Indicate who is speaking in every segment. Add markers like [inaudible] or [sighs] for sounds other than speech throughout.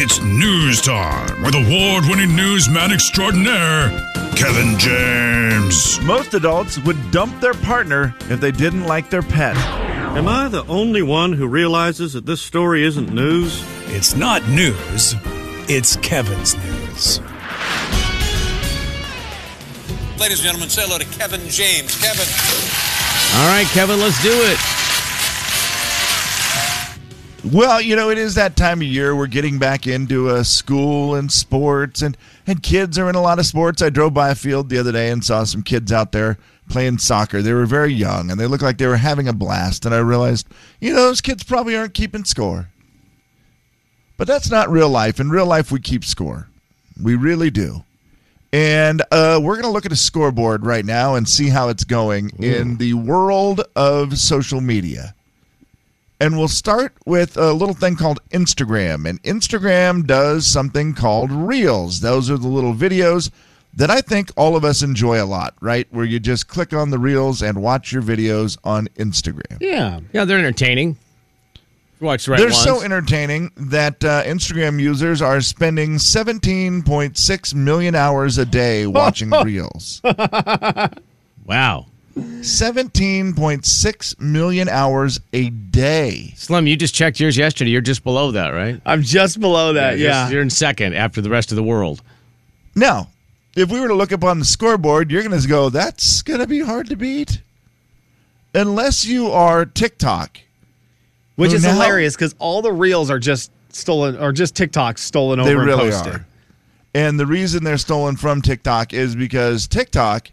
Speaker 1: It's news time with award winning newsman extraordinaire, Kevin James.
Speaker 2: Most adults would dump their partner if they didn't like their pet.
Speaker 3: Am I the only one who realizes that this story isn't news?
Speaker 4: It's not news, it's Kevin's news.
Speaker 5: Ladies and gentlemen, say hello to Kevin James. Kevin.
Speaker 6: All right, Kevin, let's do it.
Speaker 2: Well, you know, it is that time of year. We're getting back into uh, school and sports, and, and kids are in a lot of sports. I drove by a field the other day and saw some kids out there playing soccer. They were very young, and they looked like they were having a blast. And I realized, you know, those kids probably aren't keeping score. But that's not real life. In real life, we keep score, we really do. And uh, we're going to look at a scoreboard right now and see how it's going in the world of social media. And we'll start with a little thing called Instagram. And Instagram does something called Reels. Those are the little videos that I think all of us enjoy a lot, right? Where you just click on the Reels and watch your videos on Instagram.
Speaker 6: Yeah. Yeah, they're entertaining. Watch the right
Speaker 2: They're
Speaker 6: ones.
Speaker 2: so entertaining that uh, Instagram users are spending 17.6 million hours a day watching Reels.
Speaker 6: wow.
Speaker 2: 17.6 million hours a day.
Speaker 6: Slim, you just checked yours yesterday. You're just below that, right?
Speaker 7: I'm just below
Speaker 2: Uh,
Speaker 7: that.
Speaker 6: You're-
Speaker 7: Yeah.
Speaker 6: You're in second after the rest of the world.
Speaker 2: Now, if we were to look up on the scoreboard, you're going to go, that's going to be hard to beat. Unless you are TikTok.
Speaker 7: Which is
Speaker 2: Now-
Speaker 7: hilarious because all the reels are just stolen or just TikToks stolen over
Speaker 2: They really
Speaker 7: and posted.
Speaker 2: are. And the reason they're stolen from TikTok is because TikTok,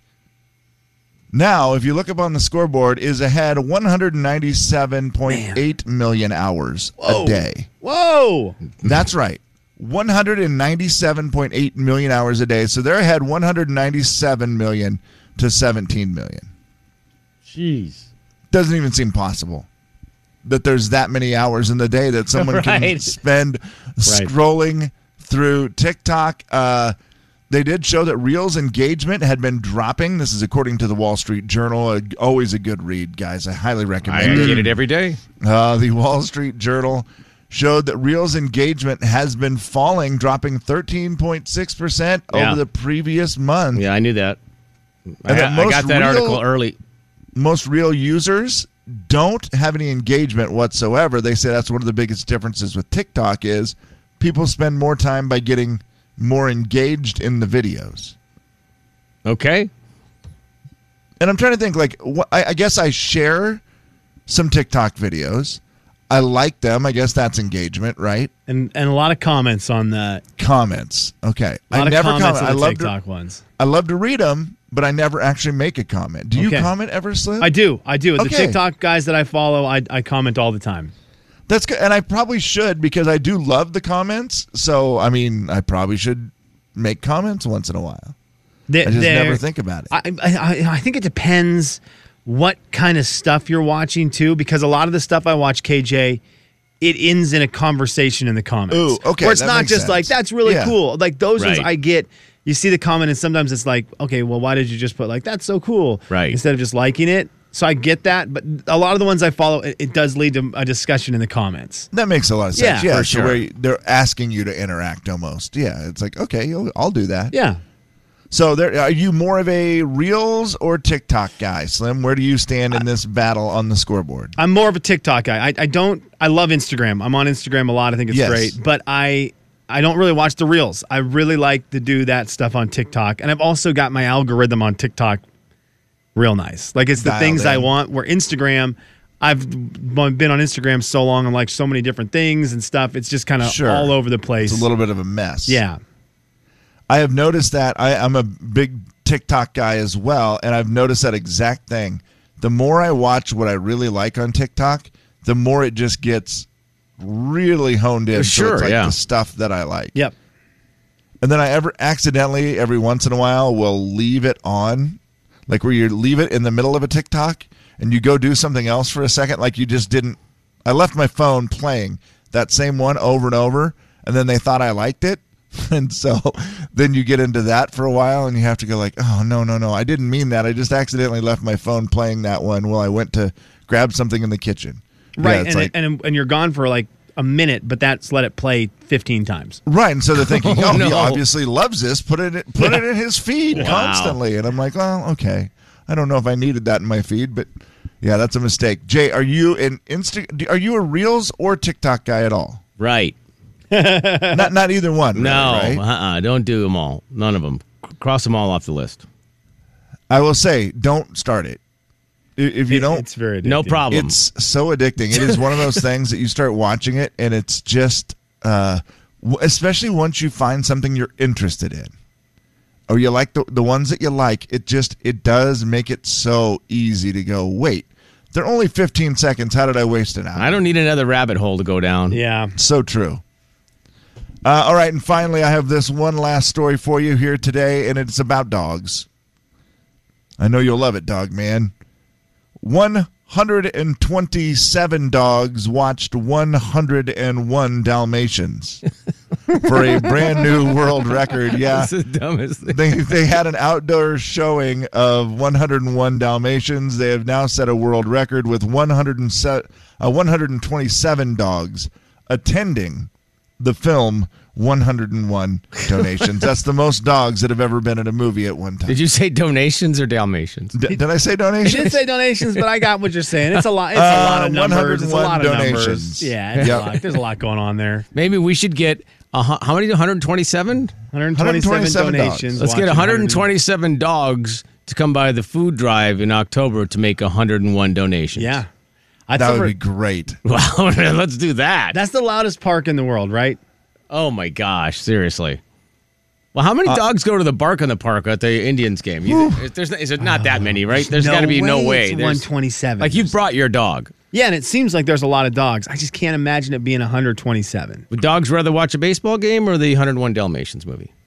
Speaker 2: now, if you look up on the scoreboard, is ahead 197.8 million hours a day.
Speaker 7: Whoa.
Speaker 2: That's right. 197.8 million hours a day. So they're ahead 197 million to 17 million.
Speaker 7: Jeez.
Speaker 2: doesn't even seem possible that there's that many hours in the day that someone can
Speaker 6: [laughs] Right.
Speaker 2: spend scrolling through TikTok. Uh, they did show that Reels engagement had been dropping. This is according to the Wall Street Journal. Uh, always a good read, guys. I highly
Speaker 6: I
Speaker 2: recommend it.
Speaker 6: get it every day.
Speaker 2: Uh, the Wall Street Journal showed that Reels engagement has been falling, dropping 13.6%
Speaker 6: Yeah.
Speaker 2: over the previous month.
Speaker 6: Yeah, I knew that. I,
Speaker 2: And the
Speaker 6: I
Speaker 2: most
Speaker 6: got that
Speaker 2: real-
Speaker 6: article early.
Speaker 2: most real users don't have any engagement whatsoever. They say that's one of the biggest differences with TikTok is people spend more time by getting more engaged in the videos.
Speaker 6: Okay.
Speaker 2: And I'm trying to think like wh- I, I guess I share some TikTok videos. I like them. I guess that's engagement, right?
Speaker 7: And and a lot of comments on that.
Speaker 2: Comments. Okay.
Speaker 7: A lot
Speaker 2: I
Speaker 7: of
Speaker 2: never
Speaker 7: comments
Speaker 2: comment.
Speaker 7: on
Speaker 2: I
Speaker 7: the
Speaker 2: love to,
Speaker 7: TikTok ones.
Speaker 2: I love to read them, but I never actually make a comment. Do you
Speaker 7: Okay.
Speaker 2: comment ever, Slim?
Speaker 7: I do. I do. The
Speaker 2: Okay.
Speaker 7: TikTok guys that I follow, I, I comment all the time.
Speaker 2: That's good, and I probably should because I do love the comments. So I mean, I probably should make comments once in a while.
Speaker 7: They,
Speaker 2: I just
Speaker 7: they're-
Speaker 2: never think about it.
Speaker 7: I, I, I- I think it depends what kind of stuff you're watching too, because a lot of the stuff I watch, KJ, it ends in a conversation in the comments.
Speaker 2: Ooh, okay,
Speaker 7: Where it's
Speaker 2: that
Speaker 7: not
Speaker 2: makes
Speaker 7: just like
Speaker 2: sense.
Speaker 7: that's really
Speaker 2: Yeah.
Speaker 7: cool. Like those ones
Speaker 6: Right.
Speaker 7: I get. You see the comment, and sometimes it's like, okay, well, why did you just put like that's so cool,
Speaker 6: Right.
Speaker 7: Instead of just liking it. So I get that, but a lot of the ones I follow, it, it does lead to a discussion in the comments.
Speaker 2: that makes a lot of sense.
Speaker 7: Yeah,
Speaker 2: yeah
Speaker 7: for
Speaker 2: so
Speaker 7: sure.
Speaker 2: where you- they're asking you to interact almost. Yeah, it's like okay, I'll, I'll do that.
Speaker 7: Yeah.
Speaker 2: So, there, are you more of a Reels or TikTok guy, Slim? Where do you stand in this battle on the scoreboard?
Speaker 7: I'm more of a TikTok guy. I, I don't. I love Instagram. I'm on Instagram a lot. I think it's
Speaker 2: Yes.
Speaker 7: great. But I I don't really watch the reels. I really like to do that stuff on TikTok. And I've also got my algorithm on TikTok real nice. Like it's the
Speaker 2: Dialed
Speaker 7: things I
Speaker 2: in.
Speaker 7: want. Where Instagram, I've been on Instagram so long and like so many different things and stuff. It's just kind of
Speaker 2: Sure.
Speaker 7: all over the place.
Speaker 2: It's a little bit of a mess.
Speaker 7: yeah.
Speaker 2: I have noticed that I, I'm a big TikTok guy as well, and I've noticed that exact thing. The more I watch what I really like on TikTok, the more it just gets really honed in. so
Speaker 6: Sure,
Speaker 2: it's like
Speaker 6: yeah.
Speaker 2: the stuff that I like.
Speaker 7: Yep.
Speaker 2: And then I ever accidentally, every once in a while, will leave it on, like where you leave it in the middle of a TikTok and you go do something else for a second, like you just didn't. I left my phone playing that same one over and over, and then they thought I liked it. [laughs] And so then you get into that for a while and you have to go like, oh no, no, no, I didn't mean that. I just accidentally left my phone playing that one while I went to grab something in the kitchen. Yeah,
Speaker 7: Right.
Speaker 2: it's
Speaker 7: and,
Speaker 2: like,
Speaker 7: and and you're gone for like a minute, but that's let it play 15 times.
Speaker 2: Right, and so they're
Speaker 6: [laughs]
Speaker 2: thinking, oh, he
Speaker 6: no.
Speaker 2: obviously loves this. Put it put it in his feed constantly, and I'm like, well, okay. I don't know if I needed that in my feed, but yeah, that's a mistake. Jay, are you an Insta? do- Are you a Reels or TikTok guy at all?
Speaker 6: [laughs] Right.
Speaker 2: Not not either one.
Speaker 6: No.
Speaker 2: really, right?
Speaker 6: Uh-uh. Don't do them all. None of them. Cross them all off the list.
Speaker 2: I will say, don't start it I- if you don't.
Speaker 7: it's very
Speaker 6: No
Speaker 7: addictive.
Speaker 6: problem.
Speaker 2: It's so addicting. It is one of those things that you start watching it, and it's just, uh, w- especially once you find something you're interested in, or you like the the ones that you like. It just it does make it so easy to go. Wait, they're only 15 seconds. How did I waste an hour?
Speaker 6: I don't need another rabbit hole to go down. [laughs]
Speaker 7: Yeah.
Speaker 2: So true. Uh, all right, and finally, I have this one last story for you here today, and it's about dogs. I know you'll love it, dog man. 127 dogs watched 101 Dalmatians for a brand new world record. Yeah.
Speaker 6: That's the dumbest thing.
Speaker 2: They, they had an outdoor showing of 101 Dalmatians. They have now set a world record with 107, uh, 127 dogs attending the film 101 Donations. That's the most dogs that have ever been in a movie at one time.
Speaker 6: [laughs] Did you say donations or Dalmatians?
Speaker 2: D- did I say
Speaker 7: I
Speaker 2: donations?
Speaker 7: [laughs] didn't say donations, but I got what you're saying. It's a lot. It's
Speaker 2: Uh,
Speaker 7: a lot of numbers. It's a
Speaker 2: 101
Speaker 7: lot of
Speaker 2: donations.
Speaker 7: numbers. Yeah, it's
Speaker 2: Yep.
Speaker 7: a lot. there's a lot going on there.
Speaker 6: Maybe we should get a, hu- how many? 127.
Speaker 7: 127,
Speaker 2: 127
Speaker 7: donations.
Speaker 6: Let's get
Speaker 7: watching
Speaker 6: 127 dogs to come by the food drive in October to make 101 donations. [laughs]
Speaker 7: Yeah, I
Speaker 2: that
Speaker 7: thought
Speaker 2: would be great.
Speaker 6: Wow. [laughs] Let's do that.
Speaker 7: that's the loudest park in the world, right?
Speaker 6: oh my gosh. Seriously. Well, how
Speaker 7: Uh,
Speaker 6: many dogs go to the bark on the park at the Indians game? You, there's is it not that many, right? There's got to be no way.
Speaker 7: it's
Speaker 6: There's-
Speaker 7: 127.
Speaker 6: Like you brought your dog.
Speaker 7: yeah, and it seems like there's a lot of dogs. I just can't imagine it being 127.
Speaker 6: Would dogs rather watch a baseball game or the 101 Dalmatians movie? [laughs]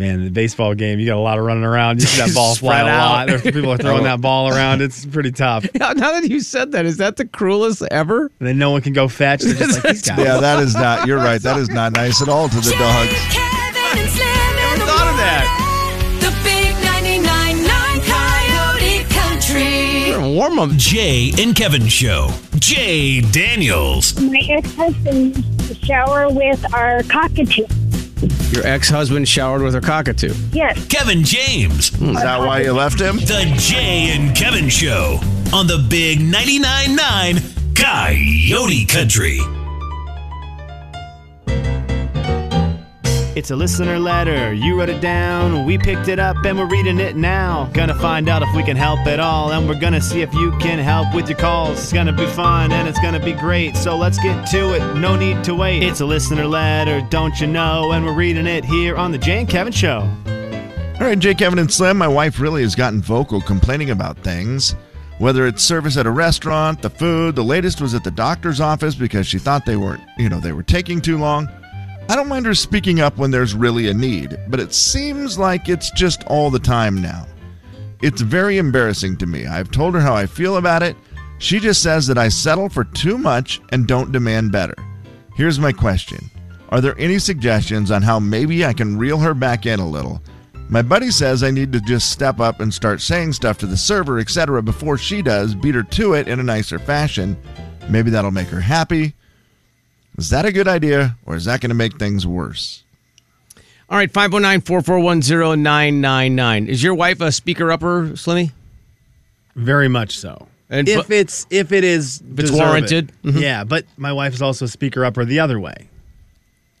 Speaker 7: Man, the baseball game, you got a lot of running around. You see
Speaker 6: [laughs]
Speaker 7: that ball fly a
Speaker 6: Spread out.
Speaker 7: lot. There's people are throwing that ball around. It's pretty tough. And
Speaker 6: Now, now that you said that, is that the cruelest ever?
Speaker 7: then no one can go fetch. They're just
Speaker 6: [laughs]
Speaker 7: like these guys.
Speaker 2: Yeah, that is not. You're right. That is not nice at all to
Speaker 8: [laughs]
Speaker 2: the dogs.
Speaker 8: Kevin and Slim in the
Speaker 6: thought of that.
Speaker 8: morning. The big 999 Coyote Country.
Speaker 6: Warm up.
Speaker 4: Jay and Kevin Show. Jay Daniels.
Speaker 9: My ex-husband used to shower with our cockatoo.
Speaker 6: Your ex-husband showered with her cockatoo.
Speaker 9: Yes,
Speaker 4: Kevin James.
Speaker 2: Is that why you left him?
Speaker 4: The Jay and Kevin Show on the Big 99.9 9 Coyote Country.
Speaker 10: It's a listener letter. You wrote it down. We picked it up and we're reading it now. Gonna find out if we can help at all. And we're gonna see if you can help with your calls. It's gonna be fun and it's gonna be great. So let's get to it. No need to wait. It's a listener letter, don't you know? And we're reading it here on The Jane Kevin Show.
Speaker 2: All right, Jake, Kevin, and Slim. My wife really has gotten vocal complaining about things, whether it's service at a restaurant, the food. The latest was at the doctor's office because she thought they were, you know, they were taking too long. I don't mind her speaking up when there's really a need, but it seems like it's just all the time now. It's very embarrassing to me. I've told her how I feel about it. She just says that I settle for too much and don't demand better. Here's my question Are there any suggestions on how maybe I can reel her back in a little? My buddy says I need to just step up and start saying stuff to the server, etc., before she does, beat her to it in a nicer fashion. Maybe that'll make her happy. Is that a good idea, or is that going to make things worse?
Speaker 6: All right, 509-441-0999. Is your wife a speaker upper, Slimmy?
Speaker 7: Very much so.
Speaker 6: And
Speaker 7: if
Speaker 6: bu-
Speaker 7: it's if it is
Speaker 6: it's
Speaker 7: deserve it.
Speaker 6: warranted. Mhm.
Speaker 7: yeah. But my wife is also a speaker upper the other way.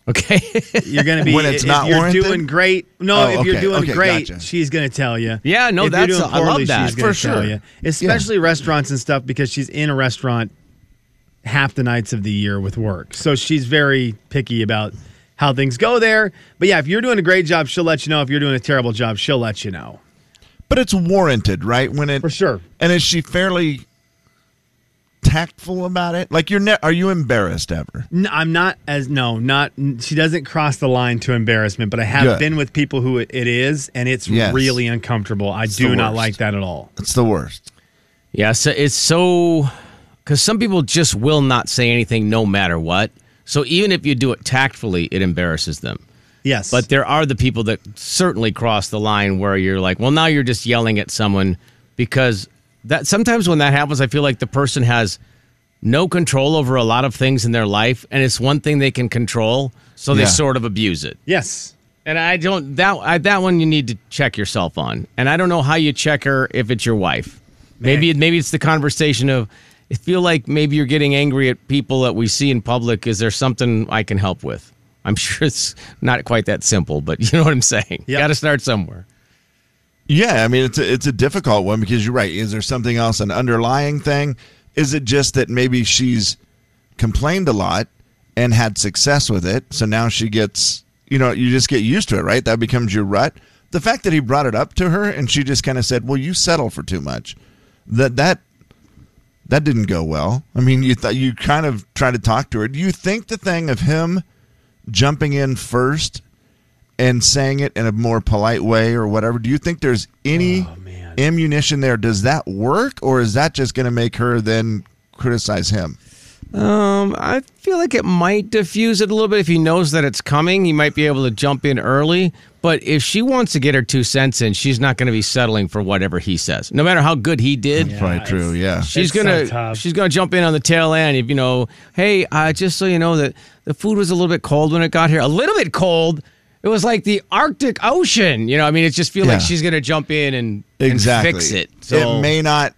Speaker 6: Okay.
Speaker 7: You're gonna be
Speaker 2: When it's
Speaker 7: if
Speaker 2: not
Speaker 7: you're
Speaker 2: warranted?
Speaker 7: doing great. No,
Speaker 2: Oh,
Speaker 7: if you're
Speaker 2: okay,
Speaker 7: doing
Speaker 2: okay,
Speaker 7: great,
Speaker 2: gotcha.
Speaker 7: she's gonna tell you.
Speaker 6: Yeah, no,
Speaker 7: If you're
Speaker 6: that's-
Speaker 7: doing
Speaker 6: I love
Speaker 7: poorly,
Speaker 6: that.
Speaker 7: She's gonna
Speaker 2: For
Speaker 7: tell
Speaker 2: sure.
Speaker 7: you, especially restaurants and stuff because she's in a restaurant half the nights of the year with work, so she's very picky about how things go there. But yeah, if you're doing a great job, she'll let you know. If you're doing a terrible job, she'll let you know.
Speaker 2: But it's warranted, right? When it
Speaker 7: For sure.
Speaker 2: And is she fairly tactful about it? Like you're, ne- are you embarrassed ever?
Speaker 7: No, I'm not as no, not she doesn't cross the line to embarrassment, but I have
Speaker 2: Good.
Speaker 7: been with people who it, it is, and it's
Speaker 2: Yes.
Speaker 7: really uncomfortable. I
Speaker 2: the
Speaker 7: do not
Speaker 2: worst.
Speaker 7: like that at all.
Speaker 2: It's the worst.
Speaker 6: yeah, so it's so cuz some people just will not say anything no matter what. So even if you do it tactfully, it embarrasses them.
Speaker 7: Yes,
Speaker 6: But there are the people that certainly cross the line where you're like, well, now you're just yelling at someone because that sometimes when that happens, I feel like the person has no control over a lot of things in their life, and it's one thing they can control, so they
Speaker 2: Yeah.
Speaker 6: sort of abuse it.
Speaker 7: Yes.
Speaker 6: And I don't that I, that one you need to check yourself on. And I don't know how you check her if it's your wife. Maybe maybe it's the conversation of I feel like maybe you're getting angry at people that we see in public. Is there something I can help with? I'm [laughs] sure it's not quite that simple, but you know what I'm saying. You Got to start somewhere.
Speaker 2: Yeah, I mean it's a, it's a difficult one because you're right. Is there something else, an underlying thing? Is it just that maybe she's complained a lot and had success with it, so now she gets you know you just get used to it, right? That becomes your rut. The fact that he brought it up to her and she just kind of said, "Well, you settle for too much," that that that didn't go well. I mean, you thought you kind of tried to talk to her. Do you think the thing of him jumping in first and saying it in a more polite way or whatever. Do you think there's any ammunition there? Does that work, or is that just going to make her then criticize him?
Speaker 6: Um, I feel like it might diffuse it a little bit if he knows that it's coming. He might be able to jump in early. But if she wants to get her two cents in, she's not going to be settling for whatever he says, no matter how good he did.
Speaker 2: Probably true. Yeah.
Speaker 6: She's
Speaker 7: It's so
Speaker 6: gonna
Speaker 7: tough.
Speaker 6: she's gonna jump in on the tail end. If you know, hey, uh, just so you know that the food was a little bit cold when it got here. A little bit cold. It was like the Arctic Ocean. You know, I mean, it just feel
Speaker 2: Yeah.
Speaker 6: like she's gonna jump in and, and
Speaker 2: exactly.
Speaker 6: fix it. So
Speaker 2: it may not.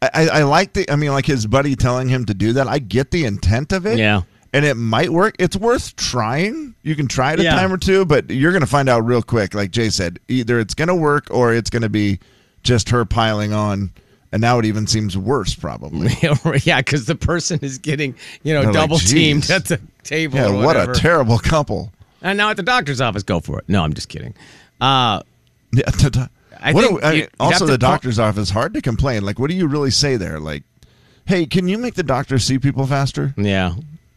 Speaker 2: I, I I like the. I mean, like his buddy telling him to do that. I get the intent of it.
Speaker 6: Yeah.
Speaker 2: And it might work. It's worth trying. You can try it a
Speaker 7: Yeah.
Speaker 2: time or two, but you're going to find out real quick. Like Jay said, either it's going to work or it's going to be just her piling on. And now it even seems worse, probably.
Speaker 6: [laughs] yeah, because the person is getting you know
Speaker 2: They're like,
Speaker 6: double teamed
Speaker 2: "Geez."
Speaker 6: at the table.
Speaker 2: Yeah,
Speaker 6: or
Speaker 2: what a
Speaker 6: whatever.
Speaker 2: terrible couple. [laughs]
Speaker 6: And now at the doctor's office, go for it. No, I'm just kidding. Uh,
Speaker 2: Yeah, the do-
Speaker 6: I
Speaker 2: what
Speaker 6: think
Speaker 2: do- I-
Speaker 6: you- you'd have
Speaker 2: also,
Speaker 6: to
Speaker 2: the
Speaker 6: call-
Speaker 2: doctor's office hard to complain. Like, what do you really say there? Like, hey, can you make the doctor see people faster?
Speaker 6: Yeah.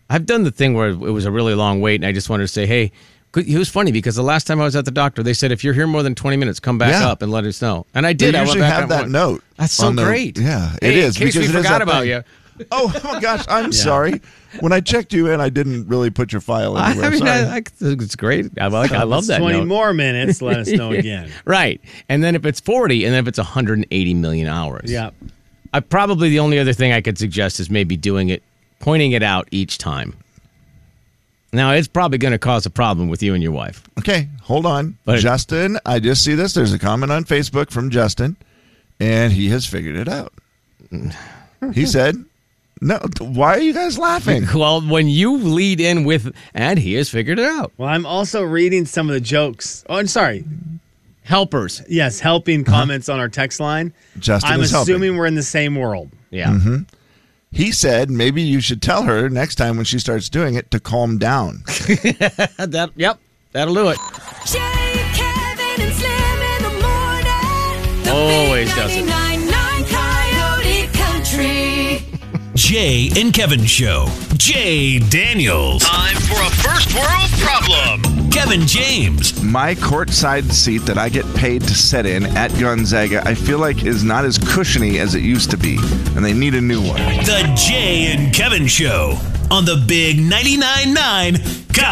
Speaker 6: I've done the thing where it was a really long wait, and I just wanted to say, hey, could- it was funny because the last time I was at the doctor, they said, if you're here more than 20 minutes, come back
Speaker 2: Yeah.
Speaker 6: up and let us know. And I did.
Speaker 2: They
Speaker 6: I went
Speaker 2: usually
Speaker 6: back
Speaker 2: have
Speaker 6: up
Speaker 2: that
Speaker 6: and went,
Speaker 2: note.
Speaker 6: That's so
Speaker 2: on the-
Speaker 6: great.
Speaker 2: Yeah,
Speaker 6: Hey,
Speaker 2: it is
Speaker 6: In case we
Speaker 2: because it is
Speaker 6: forgot
Speaker 2: that
Speaker 6: about
Speaker 2: thing. [laughs]
Speaker 6: you.
Speaker 2: Oh, oh my gosh, I'm sorry. When I checked you in, I didn't really put your file
Speaker 6: [laughs] I
Speaker 2: anywhere.
Speaker 6: mean,
Speaker 2: sorry.
Speaker 6: I, I, it's great. I, like, I love that
Speaker 7: 20
Speaker 6: note.
Speaker 7: more minutes, let us
Speaker 6: [laughs]
Speaker 7: know again.
Speaker 6: Right. And then if it's 40, and then if it's 180 million hours.
Speaker 7: Yeah.
Speaker 6: I probably the only other thing I could suggest is maybe doing it, pointing it out each time. Now, it's probably going to cause a problem with you and your wife.
Speaker 2: Okay, hold on.
Speaker 6: But-
Speaker 2: Justin, I just see this. There's a comment on Facebook from Justin, and he has figured it out. He said, no, why are you guys laughing?
Speaker 6: [laughs] Well, when you lead in with, and he has figured it out.
Speaker 7: Well, I'm also reading some of the jokes. Oh, I'm sorry.
Speaker 6: Helpers.
Speaker 7: Yes, helping
Speaker 6: Uh-huh.
Speaker 7: comments on our text line.
Speaker 2: Justin
Speaker 7: I'm
Speaker 2: is helping.
Speaker 7: assuming we're in the same world.
Speaker 6: Yeah.
Speaker 2: He said maybe you should tell her next time when she starts doing it to calm down.
Speaker 6: That, that- yep. That'll do it.
Speaker 8: Jay, Kevin, and Slim in the morning. The
Speaker 6: Always
Speaker 8: big
Speaker 6: does it.
Speaker 8: 99.9 Coyote Country.
Speaker 4: Jay and Kevin Show. Jay Daniels. Time for a first world problem. Kevin James.
Speaker 2: My courtside seat that I get paid to set in at Gonzaga, I feel like is not as cushiony as it used to be, and they need a new one.
Speaker 4: The Jay and Kevin Show on the Big 99.9 9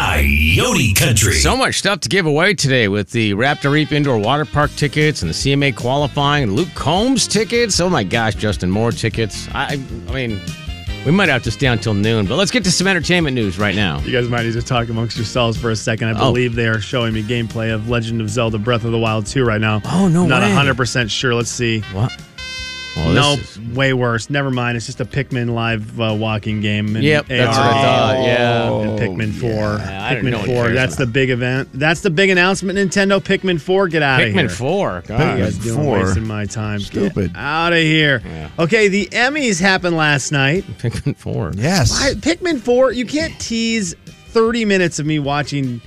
Speaker 4: Coyote Country.
Speaker 6: So much stuff to give away today with the Raptor Reef Indoor Water Park tickets and the CMA qualifying and Luke Combs tickets. Oh my gosh, Justin Moore tickets. I, I mean, we might have to stay until noon, but let's get to some entertainment news right now.
Speaker 7: You guys might need to talk amongst yourselves for a second. I
Speaker 6: Oh.
Speaker 7: believe they are showing me gameplay of Legend of Zelda Breath of the Wild 2 right now.
Speaker 6: Oh, no
Speaker 7: Not
Speaker 6: way.
Speaker 7: 100% sure. Let's see.
Speaker 6: What? Well,
Speaker 7: no,
Speaker 6: this is-
Speaker 7: way worse. Never mind. It's just a Pikmin live uh, walking game. in
Speaker 6: Yep, that's what I
Speaker 7: AR.
Speaker 6: thought. Oh, Yeah.
Speaker 7: and Pikmin 4.
Speaker 6: I don't know
Speaker 7: Pikmin
Speaker 6: what
Speaker 7: 4.
Speaker 6: cares
Speaker 7: That's
Speaker 6: about.
Speaker 7: the big event. That's the big announcement. Nintendo Pikmin 4. Get out of here.
Speaker 6: Pikmin 4. God.
Speaker 7: You guys doing
Speaker 2: 4.
Speaker 7: wasting my time.
Speaker 2: Stupid.
Speaker 7: out of here. Okay, the Emmys happened last night.
Speaker 6: Pikmin 4.
Speaker 2: Yes.
Speaker 7: I, Pikmin 4, you can't tease 30 minutes of me watching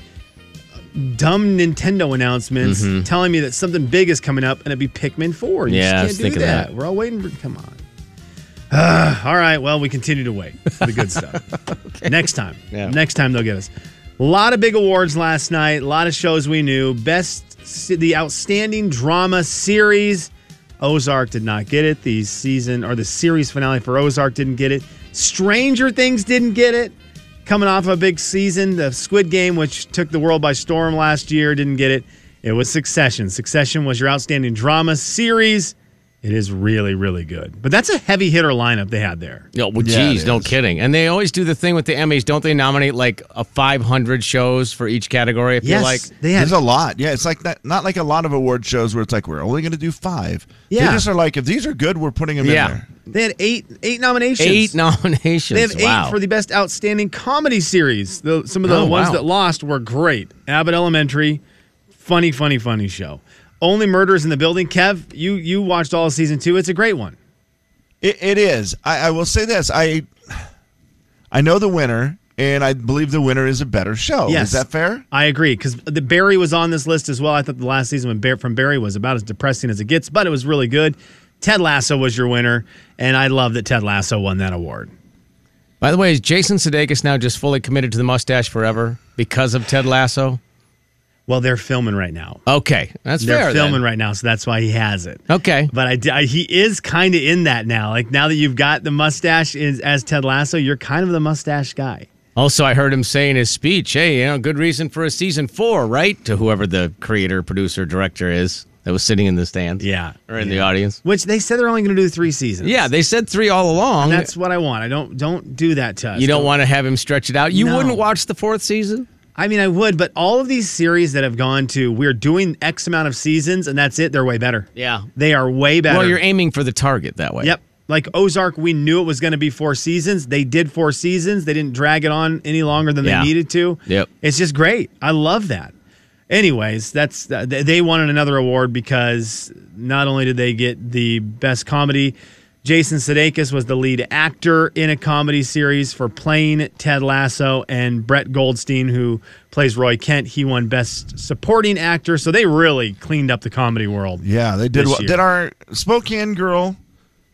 Speaker 7: dumb Nintendo announcements telling me that something big is coming up and it'd be Pikmin 4.
Speaker 6: Mm-hmm.
Speaker 7: You
Speaker 6: Yeah, I
Speaker 7: just can't
Speaker 6: was
Speaker 7: do
Speaker 6: thinking
Speaker 7: that.
Speaker 6: that.
Speaker 7: We're all waiting for come on. [sighs] Ah, all right, well, we continue to wait for
Speaker 6: [laughs]
Speaker 7: the good stuff. Next time.
Speaker 6: Yeah.
Speaker 7: Next time they'll get us. A lot of big awards last night, a lot of shows we knew. Best se- the outstanding drama series Ozark did not get it. The season or the series finale for Ozark didn't get it. Stranger Things didn't get it. Coming off a big season, the Squid Game, which took the world by storm last year, didn't get it. It was Succession. Succession was your outstanding drama series. It is really, really good. But that's a heavy hitter lineup they had there.
Speaker 6: No, Oh, well,
Speaker 2: Yeah, it
Speaker 6: geez, no
Speaker 2: is.
Speaker 6: kidding. And they always do the thing with the Emmys, don't they? Nominate like a 500 shows for each category. I feel
Speaker 7: Yes,
Speaker 6: like
Speaker 7: they had
Speaker 2: There's a lot. Yeah, it's like that, not like a lot of award shows where it's like we're only going to do five.
Speaker 7: Yeah.
Speaker 2: they just are like if these are good, we're putting them
Speaker 6: Yeah.
Speaker 2: in there.
Speaker 7: they had eight eight nominations.
Speaker 6: eight nominations.
Speaker 7: They have eight
Speaker 6: wow.
Speaker 7: for the best outstanding comedy series. The, some of the
Speaker 6: Oh,
Speaker 7: ones
Speaker 6: wow.
Speaker 7: that lost were great. Abbott Elementary, funny, funny, funny show. Only Murders in the Building. Kev, you you watched all of season two. It's a great one.
Speaker 2: It, it is. I, I will say this. I I know the winner, and I believe the winner is a better show.
Speaker 7: Yes.
Speaker 2: Oh, Is that fair?
Speaker 7: I agree because the Barry was on this list as well. I thought the last season when Bar- from Barry was about as depressing as it gets, but it was really good. Ted Lasso was your winner, and I love that Ted Lasso won that award.
Speaker 6: By the way, is Jason Sudeikis now just fully committed to the mustache forever because of Ted Lasso?
Speaker 7: Well, they're filming right now.
Speaker 6: Okay, that's
Speaker 7: They're
Speaker 6: fair. then.
Speaker 7: filming right now, so that's why he has it.
Speaker 6: Okay.
Speaker 7: But I, d- I- he is kind of in that now. Like now that you've got the mustache is, as Ted Lasso, you're kind of the mustache guy.
Speaker 6: Also, I heard him say in his speech, "Hey, you know, good reason for a season four, right?" To whoever the creator, producer, director is that was sitting in the stands,
Speaker 7: Yeah.
Speaker 6: or in the audience.
Speaker 7: Which they said they're only going to do three seasons.
Speaker 6: Yeah, they said three all along.
Speaker 7: that's what I want. I don't don't do that to us.
Speaker 6: you don't want to have him stretch it out. You
Speaker 7: No.
Speaker 6: wouldn't watch the fourth season.
Speaker 7: I mean, I would, but all of these series that have gone to we're doing X amount of seasons and that's it. They're way better.
Speaker 6: Yeah.
Speaker 7: They are way better.
Speaker 6: Well, you're aiming for the target that way.
Speaker 7: Yep. Like Ozark, we knew it was going to be four seasons. They did four seasons. They didn't drag it on any longer than
Speaker 6: Yeah.
Speaker 7: they needed to.
Speaker 6: Yep.
Speaker 7: It's just great. I love that. Anyways, that's uh, th- they wanted another award because not only did they get the best comedy, Jason Sudeikis was the lead actor in a comedy series for playing Ted Lasso, and Brett Goldstein, who plays Roy Kent, he won Best Supporting Actor. So they really cleaned up the comedy world.
Speaker 2: Yeah, they did.
Speaker 7: This
Speaker 2: Well.
Speaker 7: year.
Speaker 2: Did our Spokane girl,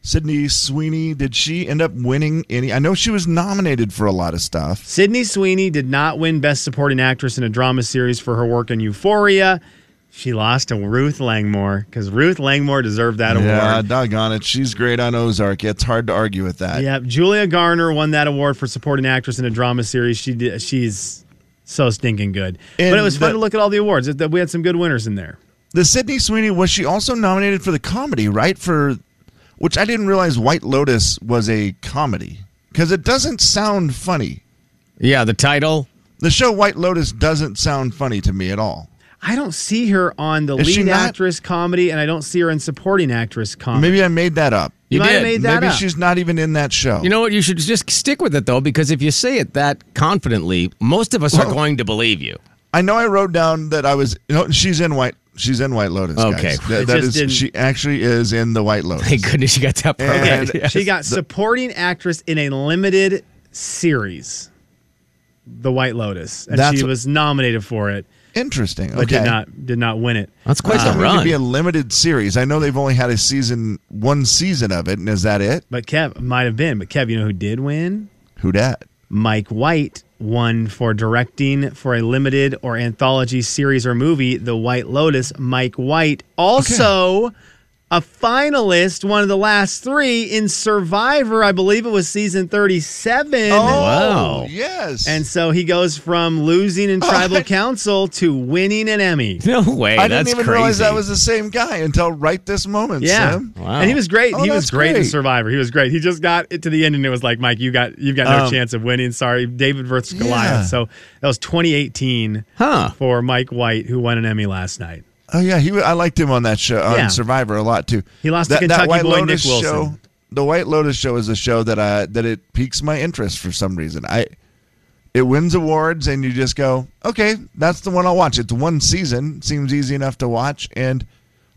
Speaker 2: Sydney Sweeney, did she end up winning any? I know she was nominated for a lot of stuff.
Speaker 7: Sydney Sweeney did not win Best Supporting Actress in a Drama Series for her work in Euphoria. She lost to Ruth Langmore because Ruth Langmore deserved that
Speaker 2: Yeah,
Speaker 7: award.
Speaker 2: doggone it. She's great on Ozark. It's hard to argue with that.
Speaker 7: Yep, Julia Garner won that award for Supporting Actress in a Drama Series. She did, she's so stinking good.
Speaker 2: And
Speaker 7: but it was fun
Speaker 2: the-
Speaker 7: to look at all the awards. It- We had some good winners in there.
Speaker 2: The Sydney Sweeney was she also nominated for the comedy, right? For which I didn't realize White Lotus was a comedy because it doesn't sound funny.
Speaker 6: Yeah, the title.
Speaker 2: The show White Lotus doesn't sound funny to me at all.
Speaker 7: I don't see her on the
Speaker 2: Is she
Speaker 7: lead
Speaker 2: not?
Speaker 7: actress comedy, and I don't see her in supporting actress comedy.
Speaker 2: Maybe I made that up.
Speaker 6: You
Speaker 7: might have
Speaker 6: did.
Speaker 7: made that
Speaker 2: Maybe
Speaker 7: up.
Speaker 2: she's not even in that show.
Speaker 6: You know what? You should just stick with it though, because if you say it that confidently, most of us are
Speaker 2: Well-
Speaker 6: going to believe you.
Speaker 2: I know I wrote down that I was. You know, she's in White. She's in White Lotus. guys.
Speaker 6: Okay.
Speaker 2: That-
Speaker 7: It
Speaker 2: that
Speaker 7: just
Speaker 2: is.
Speaker 7: didn't-
Speaker 2: She actually is in the White Lotus.
Speaker 6: Thank goodness you got that part
Speaker 2: And-
Speaker 6: right. Yes.
Speaker 7: She got supporting actress in a limited series, The White Lotus, and
Speaker 2: That's-
Speaker 7: she was nominated for it,
Speaker 2: Interesting.
Speaker 7: but
Speaker 2: Okay.
Speaker 7: did not did not win it.
Speaker 6: That's quite
Speaker 2: I
Speaker 6: the
Speaker 2: mean, it could
Speaker 6: run.
Speaker 2: Uh, be a limited series. I know they've only had a season, one season of it, and is that it?
Speaker 7: But Kev might have been. But Kev, you know who did win?
Speaker 2: Who dat?
Speaker 7: Mike White won for directing for a limited or anthology series or movie, The White Lotus. Mike White also. A finalist, one of the last three in Survivor, I believe it was season 37.
Speaker 2: Oh,
Speaker 6: Wow.
Speaker 2: Yes.
Speaker 7: And so he goes from losing
Speaker 2: [laughs]
Speaker 7: in tribal
Speaker 2: Oh, I-
Speaker 7: council to winning an Emmy.
Speaker 6: no way.
Speaker 2: I
Speaker 6: that's
Speaker 2: didn't even
Speaker 6: crazy.
Speaker 2: realize that was the same guy until right this moment.
Speaker 7: Yeah,
Speaker 2: Sam.
Speaker 6: Wow.
Speaker 7: and he was great.
Speaker 2: Oh,
Speaker 7: he was
Speaker 2: that's
Speaker 7: great, in
Speaker 2: great.
Speaker 7: Survivor. He was great. He just got it to the end, and it was like, Mike, you got you've got no
Speaker 2: Um,
Speaker 7: chance of winning. Sorry, David versus
Speaker 2: Yeah.
Speaker 7: Goliath. So that was 2018
Speaker 6: Huh.
Speaker 7: for Mike White, who won an Emmy last night.
Speaker 2: Oh yeah, he. I liked him on that show on
Speaker 7: Yeah.
Speaker 2: Survivor a lot too.
Speaker 7: He lost to Kentucky boy Nick Wilson.
Speaker 2: Show, the White Lotus show is a show that I that it piques my interest for some reason. I it wins awards and you just go, okay, that's the one I'll watch. It's one season, seems easy enough to watch, and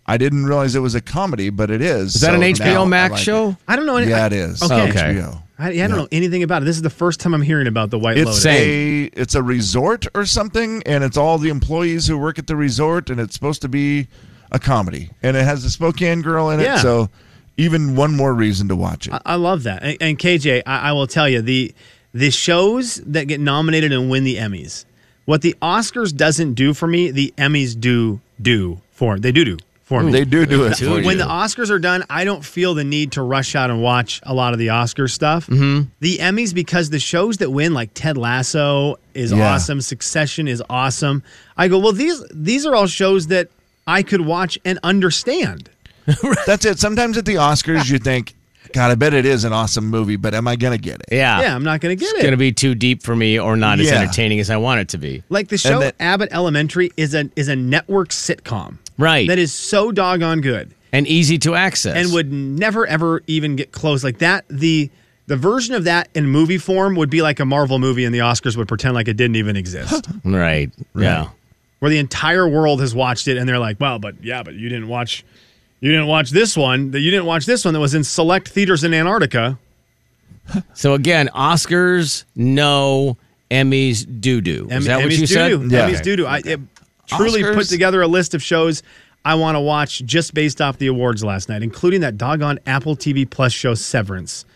Speaker 2: I didn't realize it was a comedy, but it is.
Speaker 6: Is that
Speaker 2: so
Speaker 6: an
Speaker 2: now
Speaker 6: HBO
Speaker 2: I
Speaker 6: Max
Speaker 2: like it.
Speaker 6: show?
Speaker 7: I don't know. Any,
Speaker 2: Yeah,
Speaker 7: I,
Speaker 2: it is.
Speaker 7: Okay.
Speaker 6: Okay.
Speaker 2: HBO.
Speaker 7: I, yeah, I don't know anything about it. This is the first time I'm hearing about the White
Speaker 2: It's
Speaker 7: Lotus.
Speaker 2: a it's a resort or something, and it's all the employees who work at the resort, and it's supposed to be a comedy, and it has the Spokane girl in it,
Speaker 7: Yeah.
Speaker 2: so even one more reason to watch
Speaker 6: Uh,
Speaker 2: it.
Speaker 7: I love that. And, and KJ, I, I will tell you the the shows that get nominated and win the Emmys. What the Oscars doesn't do for me, the Emmys do do for they do do for me.
Speaker 2: Mm, they do do it.
Speaker 6: Dude.
Speaker 7: when the Oscars are done, I don't feel the need to rush out and watch a lot of the Oscar stuff. Mm-hmm. The Emmys, because the shows that win, like Ted Lasso, is
Speaker 2: Yeah.
Speaker 7: awesome. Succession is awesome. I go, well, these these are all shows that I could watch and understand.
Speaker 2: That's it. Sometimes at the Oscars, you think, God, I bet it is an awesome movie, but am I going to get it?
Speaker 6: Yeah.
Speaker 7: Yeah, I'm not going to get
Speaker 6: It's
Speaker 7: it.
Speaker 6: going to be too deep for me or not as
Speaker 2: Yeah.
Speaker 6: entertaining as I want it to be.
Speaker 7: Like the show
Speaker 2: that-
Speaker 7: Abbott Elementary is a is a network sitcom.
Speaker 6: Right.
Speaker 7: That is so doggone good
Speaker 6: And easy to access.
Speaker 7: and would never ever even get close like that. The the version of that in movie form would be like a Marvel movie and the Oscars would pretend like it didn't even exist.
Speaker 6: Right. Yeah.
Speaker 7: where the entire world has watched it and they're like, "Well, but yeah, but you didn't watch you didn't watch this one. That you didn't watch this one that was in select theaters in Antarctica."
Speaker 6: So again, Oscars, no. Emmys, doo doo.
Speaker 7: Em-
Speaker 6: Is that what
Speaker 7: Emmys
Speaker 6: you said?
Speaker 7: doo-doo.
Speaker 2: Yeah.
Speaker 7: Emmys
Speaker 2: Okay.
Speaker 7: doo doo. I it truly put
Speaker 6: Oscars?
Speaker 7: together a list of shows I want to watch just based off the awards last night, including that doggone Apple TV Plus show Severance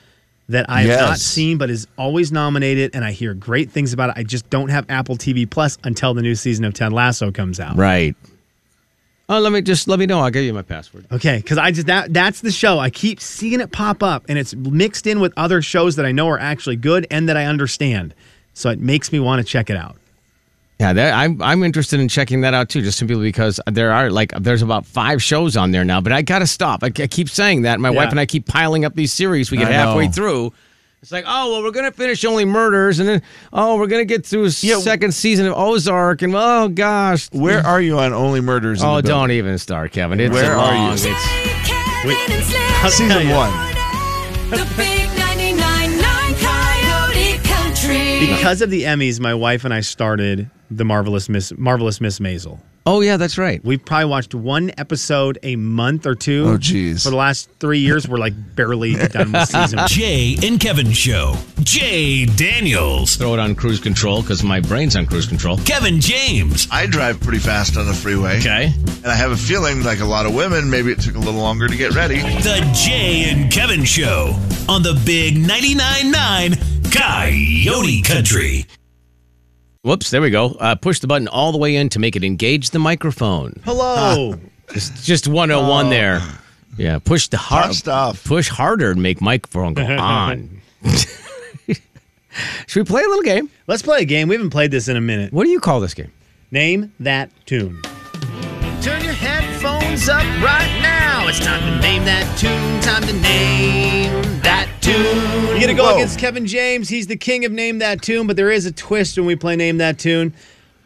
Speaker 7: that I have not
Speaker 2: Yes.
Speaker 7: seen but is always nominated and I hear great things about it. I just don't have Apple TV Plus until the new season of Ted Lasso comes out.
Speaker 6: Right. Oh, let me just let me know. I'll give you my password.
Speaker 7: Okay, because I just that that's the show. I keep seeing it pop up, and it's mixed in with other shows that I know are actually good and that I understand. So it makes me want to check it out.
Speaker 6: Yeah, that, I'm I'm interested in checking that out too, just simply because there are like there's about five shows on there now. But I gotta stop. I, I keep saying that. My
Speaker 7: Yeah.
Speaker 6: wife and I keep piling up these series. We get
Speaker 2: I
Speaker 6: halfway
Speaker 2: know.
Speaker 6: through. It's like, oh well, we're gonna finish only murders, and then oh, we're gonna get through second season of Ozark, and oh gosh,
Speaker 2: Where are you on Only Murders? In
Speaker 6: oh
Speaker 2: the Building?
Speaker 6: don't even start, Kevin. It's
Speaker 2: Where are you?
Speaker 6: long. It's-
Speaker 8: Kevin and
Speaker 7: I'll
Speaker 8: Slim in
Speaker 7: tell
Speaker 2: Season
Speaker 7: ya.
Speaker 2: one.
Speaker 8: the big 99.9 Coyote Country.
Speaker 7: Because of the Emmys, my wife and I started the marvelous Miss Marvelous Miss Maisel.
Speaker 6: oh yeah, that's right.
Speaker 7: We've probably watched one episode a month or two.
Speaker 2: Oh, geez.
Speaker 7: For the last three years, we're like barely
Speaker 2: [laughs]
Speaker 7: done with season. one.
Speaker 4: Jay and Kevin Show. Jay Daniels.
Speaker 6: Throw it on cruise control because my brain's on cruise control.
Speaker 4: Kevin James.
Speaker 11: I drive pretty fast on the freeway,
Speaker 6: Okay.
Speaker 11: and I have a feeling, like a lot of women, maybe it took a little longer to get ready.
Speaker 4: The Jay and Kevin Show on the Big 99.9 Coyote Country.
Speaker 6: Whoops, there we go. Uh, push the button all the way in to make it engage the microphone.
Speaker 7: Hello.
Speaker 2: Oh.
Speaker 6: It's just 101 there. Yeah, push the hard
Speaker 2: Tough stuff.
Speaker 6: Push harder and make
Speaker 2: [laughs]
Speaker 6: microphone go on. Should we play a little game?
Speaker 7: Let's play a game. We haven't played this in a minute.
Speaker 6: What do you call this game?
Speaker 7: Name that tune. Turn your headphones up right now. It's time to name that tune. Time to name that tune. You're going to go
Speaker 2: Whoa.
Speaker 7: against Kevin James. He's the king of Name That Tune, but there is a twist when we play Name That Tune.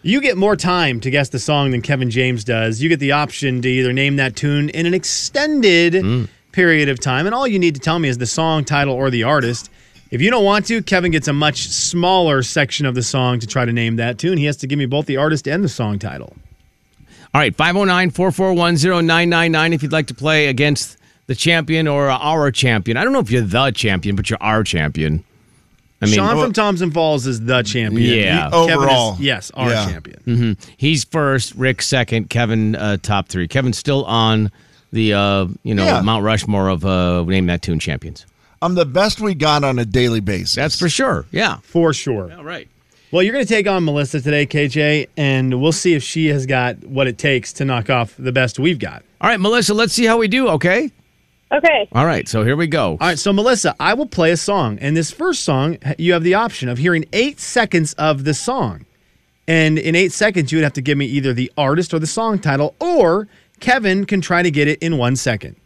Speaker 7: You get more time to guess the song than Kevin James does. You get the option to either name that tune in an extended
Speaker 6: Mm.
Speaker 7: period of time, and all you need to tell me is the song title or the artist. If you don't want to, Kevin gets a much smaller section of the song to try to name that tune. He has to give me both the artist and the song title.
Speaker 6: All right, 509 441 999 if you'd like to play against the champion or our champion. I don't know if you're the champion, but you're our champion. I mean, oh.
Speaker 7: Sean from Thompson Falls is the champion.
Speaker 6: Yeah.
Speaker 7: He- Kevin is-
Speaker 2: Overall.
Speaker 7: yes, our
Speaker 2: Yeah.
Speaker 7: champion.
Speaker 6: he's first, Rick second, Kevin uh, top three. Kevin's still on the uh, you know
Speaker 2: Yeah.
Speaker 6: Mount Rushmore of uh, name that tune champions.
Speaker 2: I'm the best we got on a daily basis.
Speaker 6: That's for sure. Yeah.
Speaker 7: For sure.
Speaker 6: All right.
Speaker 7: Well, you're going to take on Melissa today, KJ, and we'll see if she has got what it takes to knock off the best we've got.
Speaker 6: All right, Melissa, let's see how we do, okay?
Speaker 9: Okay.
Speaker 6: All right, so here we go.
Speaker 7: All right, so Melissa, I will play a song, and this first song, you have the option of hearing eight seconds of the song. And in eight seconds, you would have to give me either the artist or the song title, or Kevin can try to get it in one second.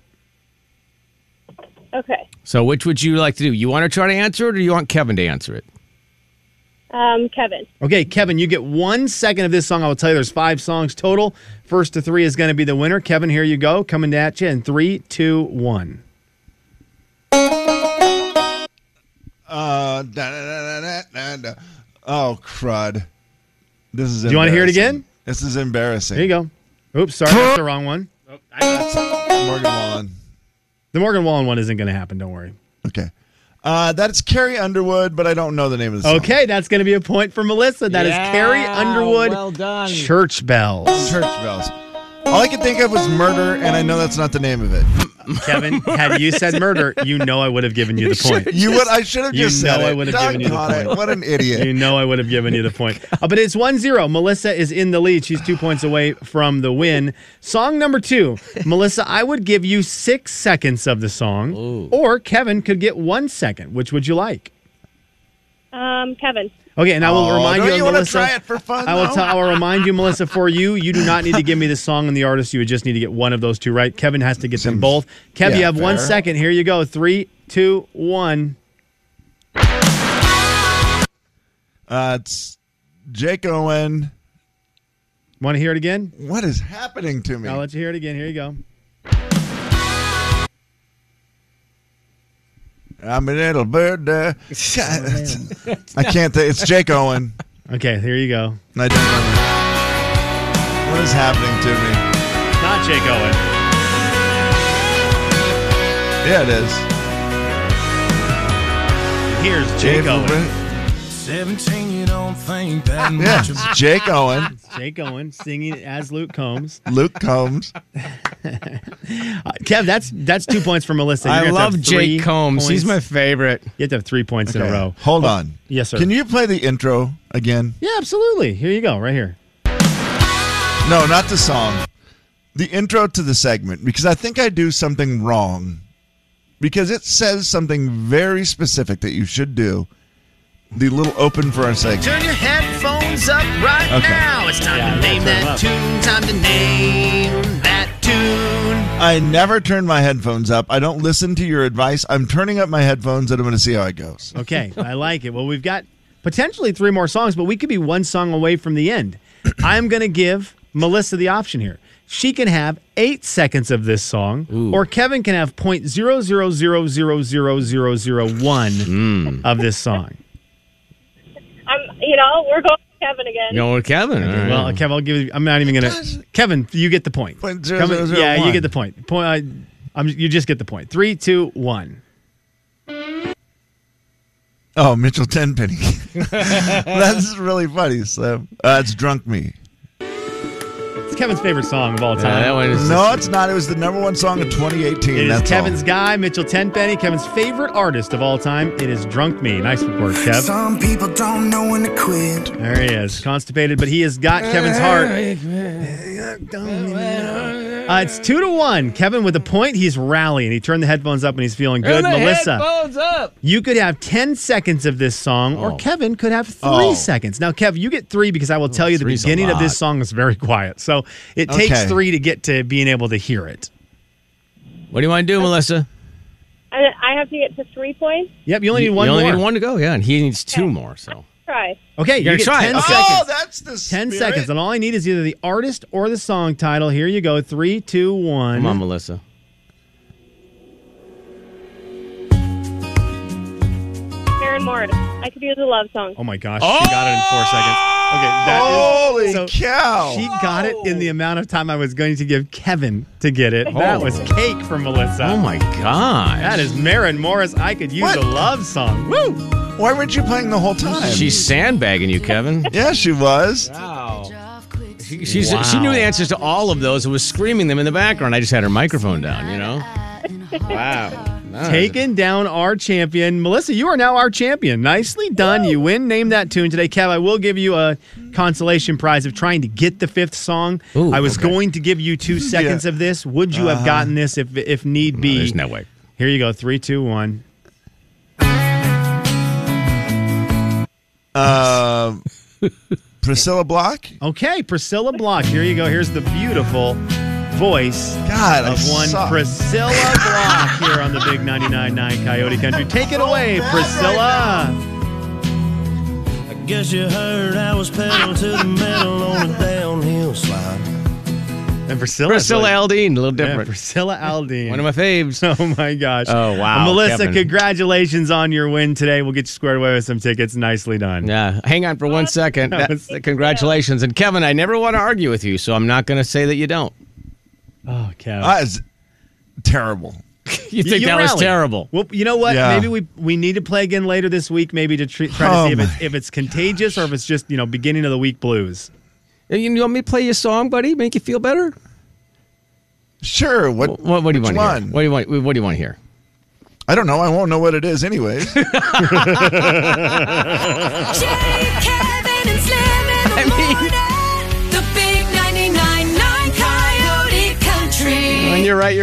Speaker 9: Okay.
Speaker 6: So, which would you like to do? You want to try to answer it or you want Kevin to answer it?
Speaker 9: Um, Kevin.
Speaker 7: Okay, Kevin, you get one second of this song. I will tell you there's five songs total. First to three is going to be the winner. Kevin, here you go. Coming at you in three, two, one.
Speaker 2: Uh, da, da, da, da, da, da. Oh crud! This is. Do
Speaker 7: you wanna hear it again?
Speaker 2: This is embarrassing.
Speaker 7: There you go. Oops, sorry, that's the wrong one.
Speaker 2: Morgan Wallen.
Speaker 7: The Morgan Wallen one isn't going to happen. Don't worry.
Speaker 2: Okay. Uh, that's Carrie Underwood, but I don't know the name of the song.
Speaker 7: Okay, that's going to be a point for Melissa. That is
Speaker 6: Yeah,
Speaker 7: Carrie Underwood.
Speaker 6: well done.
Speaker 7: Church bells.
Speaker 2: Church bells. All I could think of was murder, and I know that's not the name of
Speaker 7: [laughs]
Speaker 2: it.
Speaker 7: [laughs] Kevin, had you said murder, you know I would have given you the point.
Speaker 2: You would. I should have
Speaker 7: You
Speaker 2: just said
Speaker 7: know I
Speaker 2: it.
Speaker 7: would have given you the
Speaker 2: Doggone it.
Speaker 7: point.
Speaker 2: What an idiot.
Speaker 7: [laughs] You know I would have given you the point. [laughs] Uh, but it's 1 0. Melissa is in the lead. She's two points away from the win. Song number [laughs] two. Melissa, I would give you six seconds of the song, or Kevin could get one second. Which would you like?
Speaker 9: Um, Kevin.
Speaker 7: Okay, and I will
Speaker 2: Oh,
Speaker 7: remind
Speaker 2: don't
Speaker 7: you,
Speaker 2: you wanna
Speaker 7: Melissa.
Speaker 2: try it for fun,
Speaker 7: I will.
Speaker 2: though?
Speaker 7: tell- [laughs] I will remind you, Melissa. For you, you do not need to give me the song and the artist. You would just need to get one of those two right. Kevin has to get them both. Kev,
Speaker 2: yeah,
Speaker 7: you have one
Speaker 2: fair.
Speaker 7: second. Here you go. Three, two, one.
Speaker 2: Uh, it's Jake Owen.
Speaker 7: Want to hear it again?
Speaker 2: What is happening to me?
Speaker 7: I'll let you hear it again. Here you go.
Speaker 2: I'm a little bird. Uh, I can't. Th- it's Jake Owen.
Speaker 7: Okay, here you go.
Speaker 2: I don't know. What is happening to me?
Speaker 7: Not Jake Owen.
Speaker 2: Yeah, it is.
Speaker 7: Here's Jake Owen.
Speaker 2: Yeah,
Speaker 7: [laughs]
Speaker 2: it's Jake Owen,
Speaker 7: Jake Owen singing as Luke Combs.
Speaker 2: Luke Combs.
Speaker 7: Uh, Kev, that's that's two points for Melissa. You're
Speaker 6: I
Speaker 7: gonna have to
Speaker 6: love
Speaker 7: have three
Speaker 6: Jake Combs. He's my
Speaker 7: points.
Speaker 6: favorite.
Speaker 7: You have to have three points in
Speaker 2: Okay,
Speaker 7: a row.
Speaker 2: Hold on.
Speaker 7: Oh, Yes, sir.
Speaker 2: Can you play the intro again?
Speaker 7: Yeah, absolutely. Here you go. Right here.
Speaker 2: No, not the song. The intro to the segment because I think I do something wrong because it says something very specific that you should do. The little open for our segment.
Speaker 12: Turn your headphones up right
Speaker 2: Okay.
Speaker 12: now. It's time
Speaker 7: Yeah,
Speaker 12: to
Speaker 7: yeah,
Speaker 12: name
Speaker 7: turn 'em
Speaker 12: that
Speaker 7: up.
Speaker 12: tune. Time to name that tune.
Speaker 2: I never turn my headphones up. I don't listen to your advice. I'm turning up my headphones and I'm going to see how it goes.
Speaker 7: Okay, I like it. Well, we've got potentially three more songs, but we could be one song away from
Speaker 6: [clears throat]
Speaker 7: the end. I'm going to give Melissa the option here. She can have eight seconds of this song, or Kevin can have point zero zero zero zero zero zero zero one
Speaker 6: Hmm.
Speaker 7: of this song.
Speaker 9: I'm, Um, you know, we're going to Kevin again.
Speaker 6: Going with Kevin. all right.
Speaker 7: Well, Kevin, I'll give. you- I'm not even gonna. Kevin, you get the point.
Speaker 2: Point zero
Speaker 7: Kevin-
Speaker 2: zero zero
Speaker 7: yeah, you
Speaker 2: one.
Speaker 7: get the point. Point. I, I'm. You just get the point. Three, two, one.
Speaker 2: Oh, Mitchell Tenpenny. [laughs] That's really funny. So uh, it's drunk me.
Speaker 7: It's Kevin's favorite song of all time.
Speaker 6: Yeah, Uh, that one is
Speaker 2: No, it's not. It was the number one song of 2018.
Speaker 7: It is
Speaker 2: That's all.
Speaker 7: Kevin's guy, Mitchell Tenpenny, Kevin's favorite artist of all time. It is Drunk Me. Nice work, Kev.
Speaker 13: Some people don't know when to quit.
Speaker 7: There he is, constipated, but he has got Kevin's heart. Uh, it's two to one. Kevin with a point. He's rallying. He turned the headphones up and he's feeling good.
Speaker 6: Turn the
Speaker 7: Melissa,
Speaker 6: headphones up.
Speaker 7: you could have 10 seconds of this song, or
Speaker 6: Oh.
Speaker 7: Kevin could have three
Speaker 2: Oh.
Speaker 7: seconds. Now, Kev, you get three because I will tell you the
Speaker 6: three's a
Speaker 7: beginning of this
Speaker 6: lot.
Speaker 7: song is very [laughs] quiet. So it takes
Speaker 2: Okay.
Speaker 7: three to get to being able to hear it.
Speaker 6: What do you want to do, Melissa?
Speaker 9: I, I have to get to three points.
Speaker 7: Yep, you only
Speaker 6: you
Speaker 7: need one
Speaker 6: you only
Speaker 7: more.
Speaker 6: need one to go, yeah, and he needs two more. So
Speaker 9: Try.
Speaker 7: Okay, you
Speaker 6: gotta
Speaker 7: get
Speaker 6: try it.
Speaker 7: 10
Speaker 6: Oh,
Speaker 7: seconds.
Speaker 2: Oh, that's the
Speaker 7: 10
Speaker 2: spirit.
Speaker 7: seconds, and all I need is either the artist or the song title. Here you go. Three, two, one.
Speaker 6: come on, Melissa.
Speaker 9: Karen Morris. I could use a love song.
Speaker 7: Oh my gosh, she got it in four seconds. Okay, that
Speaker 2: Holy
Speaker 7: is- so
Speaker 2: cow.
Speaker 7: She got it in the amount of time I was going to give Kevin to get it. That was cake for Melissa.
Speaker 6: Oh my god,
Speaker 7: That is Marin Morris. I could use
Speaker 2: What?
Speaker 7: a love song. Woo!
Speaker 2: Why weren't you playing the whole time?
Speaker 6: she's sandbagging you, Kevin.
Speaker 2: yeah, she was.
Speaker 6: Wow. She, she's,
Speaker 7: Wow.
Speaker 6: she knew the answers to all of those and was screaming them in the background. I just had her microphone down, you know? wow. Nice.
Speaker 7: Taking down our champion. Melissa, you are now our champion. Nicely done. You win. Name that tune today. Kev, I will give you a consolation prize of trying to get the fifth song.
Speaker 6: Ooh,
Speaker 7: I was
Speaker 6: okay. Uh,
Speaker 7: going to give you two seconds of this. Would you have gotten this if if need
Speaker 6: No,
Speaker 7: be?
Speaker 6: there's no way.
Speaker 7: Here you go. Three, two, one.
Speaker 2: Uh, Priscilla Block.
Speaker 6: Oh,
Speaker 7: Okay, Priscilla Block. Here you go. Here's the beautiful voice
Speaker 2: God, I
Speaker 7: of one
Speaker 2: suck.
Speaker 7: Priscilla Block here on the Big 99.9 Coyote Country. Take it away, Priscilla.
Speaker 13: I guess you heard I was pedal to the metal on a downhill slide.
Speaker 7: and Priscilla.
Speaker 6: Priscilla Aldine, a little
Speaker 7: Yeah,
Speaker 6: different.
Speaker 7: Priscilla Aldine.
Speaker 6: One of my faves.
Speaker 7: [laughs] Oh my gosh.
Speaker 6: Oh, wow,
Speaker 7: And Melissa,
Speaker 6: Kevin.
Speaker 7: congratulations on your win today. We'll get you squared away with some tickets. Nicely done.
Speaker 6: Yeah, hang on for one second.
Speaker 7: That
Speaker 6: That's-
Speaker 7: was-
Speaker 6: congratulations. And Kevin, I never want to argue with you, so I'm not going to say that you don't.
Speaker 7: Oh, Kev.
Speaker 2: That is terrible.
Speaker 6: You think
Speaker 7: You
Speaker 6: that was
Speaker 7: rallied.
Speaker 6: terrible?
Speaker 7: Well, you know what?
Speaker 2: Yeah.
Speaker 7: Maybe we we need to play again later this week. Maybe to tre- try to
Speaker 2: Oh
Speaker 7: see if
Speaker 2: my
Speaker 7: it's, if it's contagious or if it's just you know beginning of the week blues.
Speaker 6: You want me to play your song, buddy? Make you feel better?
Speaker 2: Sure. What?
Speaker 6: What, what do you
Speaker 2: which
Speaker 6: want to hear?
Speaker 2: one?
Speaker 6: What do you want? What do you want to hear?
Speaker 2: I don't know. I won't know what it is, anyways.
Speaker 8: Jay, Kevin, and Slim in the
Speaker 6: I mean-
Speaker 8: morning. The big 99.9 Coyote Country.
Speaker 6: When [laughs] you're right, you're